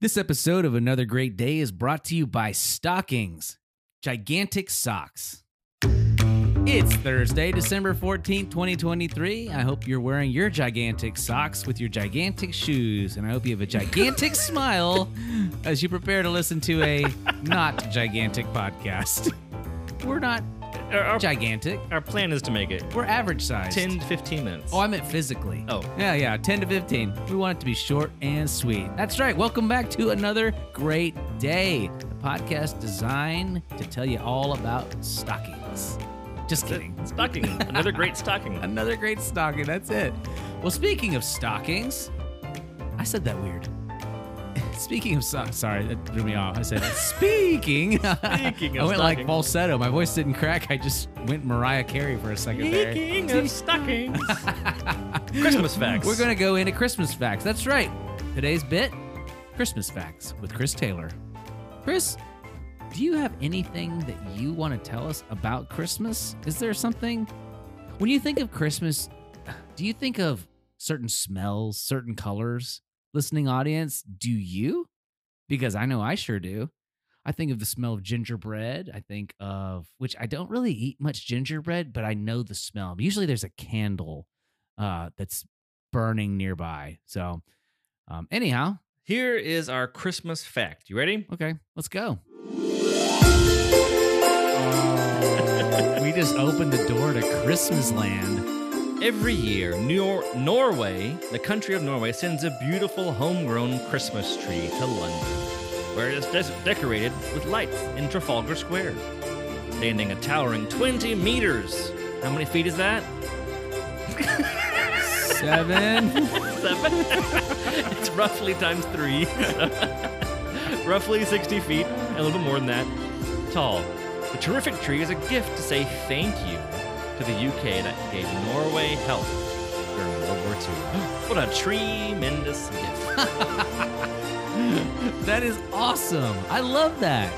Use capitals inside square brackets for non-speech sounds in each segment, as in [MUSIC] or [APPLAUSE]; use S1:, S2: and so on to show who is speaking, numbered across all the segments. S1: This episode of Another Great Day is brought to you by Stockings, gigantic socks. It's Thursday, December 14th, 2023. I hope you're wearing your gigantic socks with your gigantic shoes, and I hope you have a gigantic smile as you prepare to listen to a not gigantic podcast. We're not
S2: Our, our-
S1: gigantic,
S2: our plan is to make it
S1: we're average sized.
S2: 10 to 15 minutes.
S1: Oh, I meant physically.
S2: Oh.
S1: Yeah, yeah, 10 to 15. We want it to be short and sweet. That's right. Welcome back to another great day. The podcast designed to tell you all about stockings. Just kidding.
S2: stocking. [LAUGHS] Another great stocking.
S1: Another great stocking. That's it. Well, speaking of stockings, I said that weird. [LAUGHS] Speaking of so- sorry, that threw me off. I
S2: [LAUGHS]
S1: said speaking. Speaking of [LAUGHS] I went
S2: of
S1: like
S2: stocking.
S1: falsetto. My voice didn't crack. I just went Mariah Carey for a second there.
S2: Speaking of stockings. [LAUGHS] Christmas facts.
S1: We're going to go into Christmas facts. That's right. Today's bit Christmas facts with Chris Taylor. Chris, do you have anything that you want to tell us about Christmas? Is there something? When you think of Christmas, do you think of certain smells, certain colors? Listening audience, do you? Because I know I sure do. I think of the smell of gingerbread. I think of, which I don't really eat much gingerbread, but I know the smell. Usually there's a candle uh, that's burning nearby. So, um, anyhow,
S2: Here is our Christmas fact. You ready?
S1: okay, let's
S2: [LAUGHS]
S1: go. we just opened the door to Christmas land.
S2: Every year, Nor- Norway, the country of Norway, sends a beautiful homegrown Christmas tree to London, where it is des- decorated with lights in Trafalgar Square. Standing a towering 20 meters. How many feet is that? [LAUGHS]
S1: Seven.
S2: Seven. it's roughly times three. [LAUGHS] roughly 60 feet, and a little bit more than that, tall. The terrific tree is a gift to say thank you to the UK that gave Norway help during World War II. [GASPS] what a tremendous
S1: [LAUGHS]
S2: gift.
S1: that is awesome. I love that.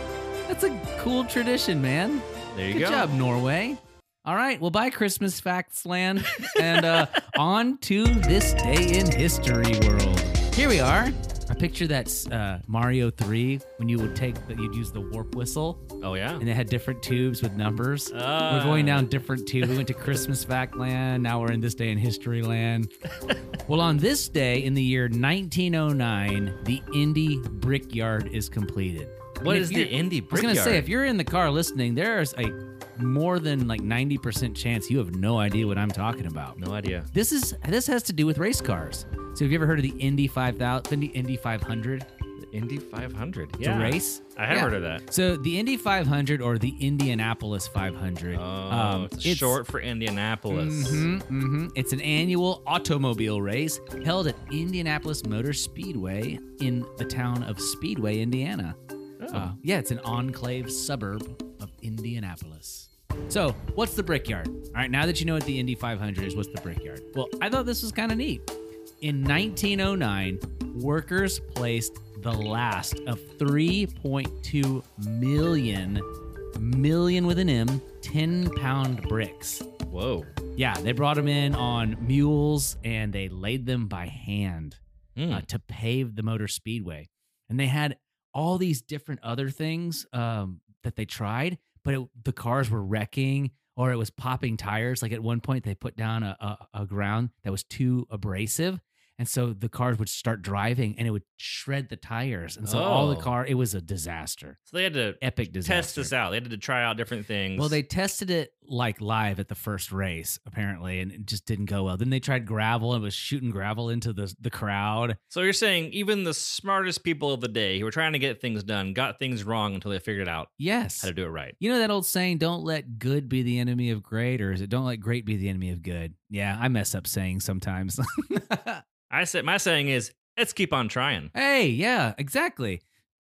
S1: That's a cool tradition, man.
S2: There you
S1: Good
S2: go.
S1: job, Norway. All right, well, bye, Christmas Facts Land. and
S2: [LAUGHS]
S1: uh, on to this day in history world. Here we are. I picture that uh, Mario 3 when you would take, that you'd use the warp whistle
S2: Oh, yeah.
S1: and it had different tubes with numbers.
S2: Ah.
S1: we're going down different tubes. We went to Christmas Fact Land. Now we're in this day in history
S2: [LAUGHS]
S1: land. well, on this day in the year 1909, the Indy Brickyard is completed. And
S2: What
S1: if
S2: is the
S1: you're-
S2: Indy
S1: I was gonna
S2: Brickyard?
S1: say, if you're in the car listening, there's a more than like 90% chance you have no idea what I'm talking about.
S2: no idea.
S1: This is this has to do with race cars. So have you ever heard of the Indy 5000, the Indy 500?
S2: The Indy 500.
S1: It's a
S2: Yeah.
S1: race?
S2: I have
S1: Yeah.
S2: heard of that.
S1: So the Indy 500 or the Indianapolis um, 500.
S2: Oh, it's short for Indianapolis.
S1: hmm It's an annual automobile race held at Indianapolis Motor Speedway in the town of Speedway, Indiana.
S2: Oh.
S1: Uh, yeah, it's an enclave suburb of Indianapolis. So, what's the Brickyard? All right, now that you know what the Indy 500 is, what's the Brickyard? Well, I thought this was kind of neat. In 1909, workers placed the last of 3.2 million, million with an M, 10 pound bricks.
S2: Whoa.
S1: Yeah, they brought them in on mules and they laid them by hand
S2: Mm.
S1: uh, to pave the motor speedway. And they had all these different other things um, that they tried, but it, the cars were wrecking or it was popping tires. Like at one point, they put down a, a, a ground that was too abrasive. And so the cars would start driving and it would shred the tires. And so all the
S2: Oh.
S1: car, it was a disaster,
S2: so they had to
S1: epic disaster.
S2: test this out. They had to try out different things.
S1: Well, they tested it like live at the first race, apparently, and it just didn't go well. Then they tried gravel and was shooting gravel into the the crowd.
S2: So you're saying even the smartest people of the day who were trying to get things done got things wrong until they figured out
S1: Yes.
S2: how to do it right.
S1: You know that old saying, don't let good be the enemy of great, or is it don't let great be the enemy of good? Yeah, I mess up sayings sometimes. [LAUGHS]
S2: I said my saying is let's keep on trying.
S1: hey, yeah, exactly.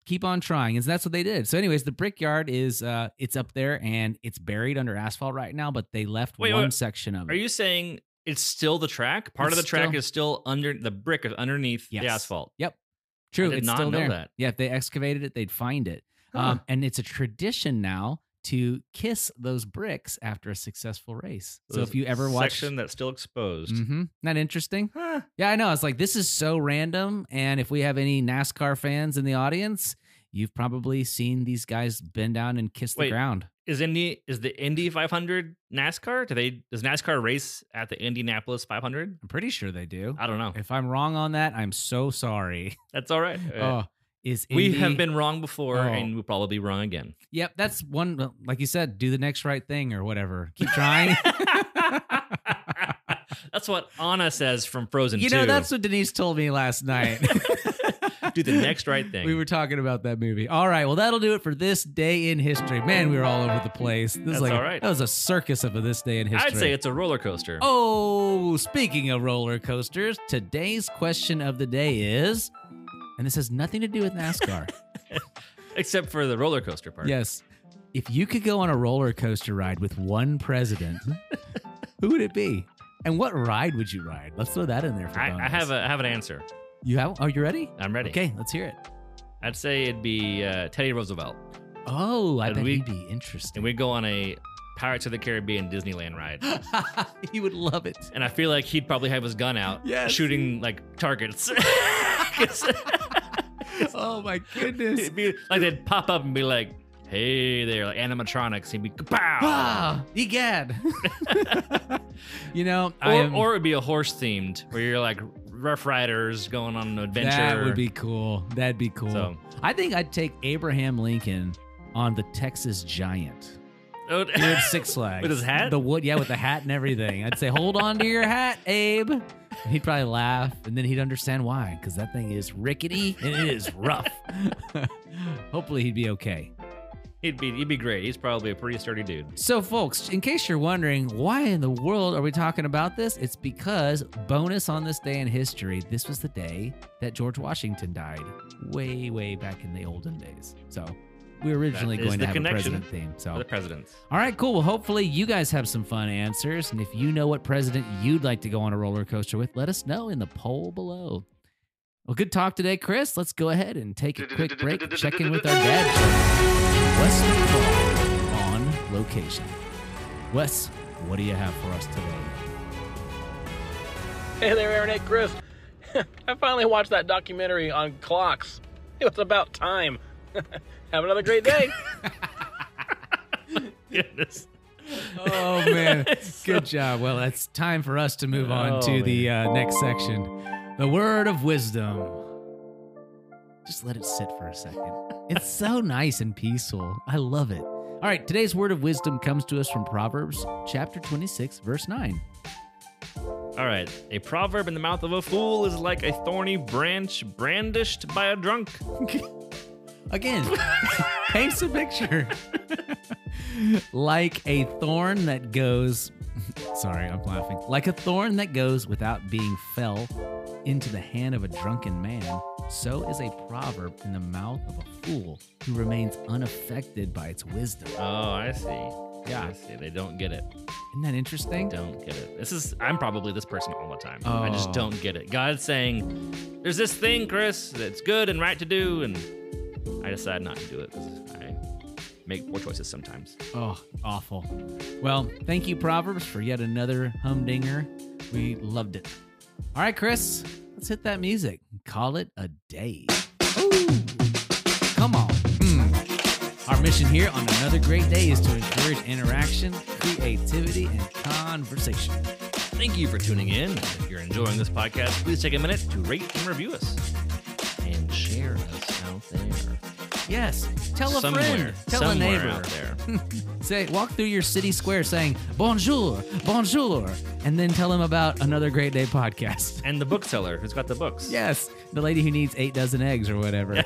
S1: Keep on trying. And that's what they did. So, anyways, the brickyard is uh it's up there and it's buried under asphalt right now, but they left
S2: Wait,
S1: one
S2: wait,
S1: section of it.
S2: Are you saying it's still the track? Part of the
S1: Hmm. It's
S2: track
S1: still-
S2: is still under the brick is underneath
S1: Yes.
S2: the asphalt.
S1: True,
S2: I did
S1: it's
S2: not
S1: still
S2: know
S1: there.
S2: that.
S1: Yeah, if they excavated it, they'd find it.
S2: Huh.
S1: Um, and it's a tradition now to kiss those bricks after a successful race. So
S2: There's
S1: if you ever
S2: a
S1: watch
S2: section that's still exposed.
S1: Mhm. Not interesting.
S2: Huh.
S1: Yeah, I know. It's like this is so random. And if we have any NASCAR fans in the audience, you've probably seen these guys bend down and kiss
S2: Wait.
S1: the ground.
S2: Is Indy is the Indy 500 NASCAR? Do they does NASCAR race at the Indianapolis 500?
S1: I'm pretty sure they do.
S2: I don't know.
S1: If I'm wrong on that, I'm so sorry.
S2: That's all right.
S1: [LAUGHS]
S2: Uh,
S1: Oh, is
S2: we
S1: Indy-
S2: have been wrong before,
S1: Oh.
S2: and we'll probably be wrong again.
S1: Yep, that's one. well, Like you said, do the next right thing or whatever. Keep
S2: [LAUGHS]
S1: trying.
S2: that's what Anna says from Frozen.
S1: you know,
S2: 2.
S1: that's what Denise told me last
S2: [LAUGHS]
S1: night.
S2: do the
S1: [LAUGHS]
S2: next right thing.
S1: We were talking about that movie. All right, well, that'll do it for this day in history. Man, we were all over the place. This is
S2: That's
S1: like a-
S2: all right.
S1: that was a circus of a this day in history.
S2: I'd say it's a roller coaster.
S1: Oh, speaking of roller coasters, today's question of the day is, and this has nothing to do with
S2: [LAUGHS]
S1: NASCAR.
S2: except for the roller coaster part.
S1: yes, if you could go on a roller coaster ride with one president, who would it be? And what ride would you ride? Let's throw that in there for
S2: I, I
S1: bonus.
S2: have a I have an answer.
S1: You have? Are you ready?
S2: I'm ready.
S1: Okay, let's hear it.
S2: I'd say it'd be uh, Teddy Roosevelt,
S1: Oh, I
S2: And
S1: bet
S2: we-
S1: he'd be
S2: and
S1: interesting.
S2: we go on a Pirates of the Caribbean Disneyland ride.
S1: [LAUGHS] [GASPS] he would love
S2: [LAUGHS]
S1: it. [LAUGHS]
S2: and I feel like he'd probably have his gun out,
S1: Yes.
S2: shooting
S1: [LAUGHS]
S2: like targets. [LAUGHS] 'Cause
S1: Oh my goodness.
S2: it'd be- like they'd pop up and be like, "Hey there," like animatronics. He'd be pow.
S1: Ah, egad. [LAUGHS] you know,
S2: Or,
S1: I am,
S2: or it'd be a horse themed where you're like Rough Riders going on an adventure.
S1: that would be cool. That'd be cool.
S2: so.
S1: I think I'd take Abraham Lincoln on the Texas Giant.
S2: [LAUGHS] Oh,
S1: Here at Six Flags.
S2: With his hat?
S1: The wood, yeah, with the hat and everything. I'd say, hold on to your hat, Abe. And he'd probably laugh, and then he'd understand why, because that thing is rickety and it is rough. [LAUGHS] Hopefully, he'd be okay.
S2: he'd be he'd be great. He's probably a pretty sturdy dude.
S1: So, folks, in case you're wondering, why in the world are we talking about this? It's because, bonus on this day in history, this was the day that George Washington died, way, way back in the olden days. So, we were originally
S2: That is
S1: going to
S2: the
S1: have
S2: connection.
S1: a president theme. So,
S2: For the [LAUGHS] presidents.
S1: all right, cool. Well, hopefully, you guys have some fun answers. And if you know what president you'd like to go on a roller coaster with, let us know in the poll below. Well, good talk today, Chris. Let's go ahead and take a quick break, check in with our dad. Wes McFall on location. Wes, what do you have for us today?
S3: Hey there, Aaron. Hey, Chris. [LAUGHS] I finally watched that documentary on clocks. It was about time. [LAUGHS] Have another great day.
S2: Goodness.
S1: Oh, man.
S2: It's
S1: Good job. Well, it's time for us to move on
S2: Oh,
S1: to the uh, next section the word of wisdom. Just let it sit for a second. It's so nice and peaceful. I love it. All right, today's word of wisdom comes to us from Proverbs chapter 26, verse 9.
S2: All right. A proverb in the mouth of a fool is like a thorny branch brandished by a drunk.
S1: Again, [LAUGHS] paints a picture. [LAUGHS] like a thorn that goes, [LAUGHS] sorry, I'm laughing. Like a thorn that goes without being fell into the hand of a drunken man, so is a proverb in the mouth of a fool who remains unaffected by its wisdom.
S2: Oh, I see.
S1: Yeah.
S2: I see. They don't get it.
S1: Isn't that interesting?
S2: Don't get it. This is. I'm probably this person all the time. I just
S1: Oh.
S2: don't get it. God's saying, "There's this thing, Chris, that's good and right to do," and I decide not to do it. 'cause I make poor choices sometimes.
S1: Oh, awful. Well, thank you, Proverbs, for yet another humdinger. We loved it. All right, Chris, let's hit that music. Call it a day. Ooh, come on. Mm. Our mission here on another great day is to encourage interaction, creativity, and conversation.
S2: Thank you for tuning in. If you're enjoying this podcast, please take a minute to rate and review us and share us out there.
S1: Yes, tell a
S2: somewhere,
S1: friend, tell a
S2: somewhere
S1: neighbor.
S2: out there.
S1: Say, walk through your city square saying "Bonjour, bonjour," and then tell them about another great day podcast. [LAUGHS]
S2: and the bookseller who's got the books.
S1: Yes, the lady who needs eight dozen eggs or whatever.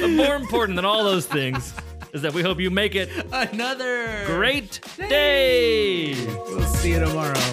S2: But more important than all those things is
S1: [LAUGHS]
S2: that we hope you make it
S1: Another
S2: great day.
S1: We'll see you tomorrow.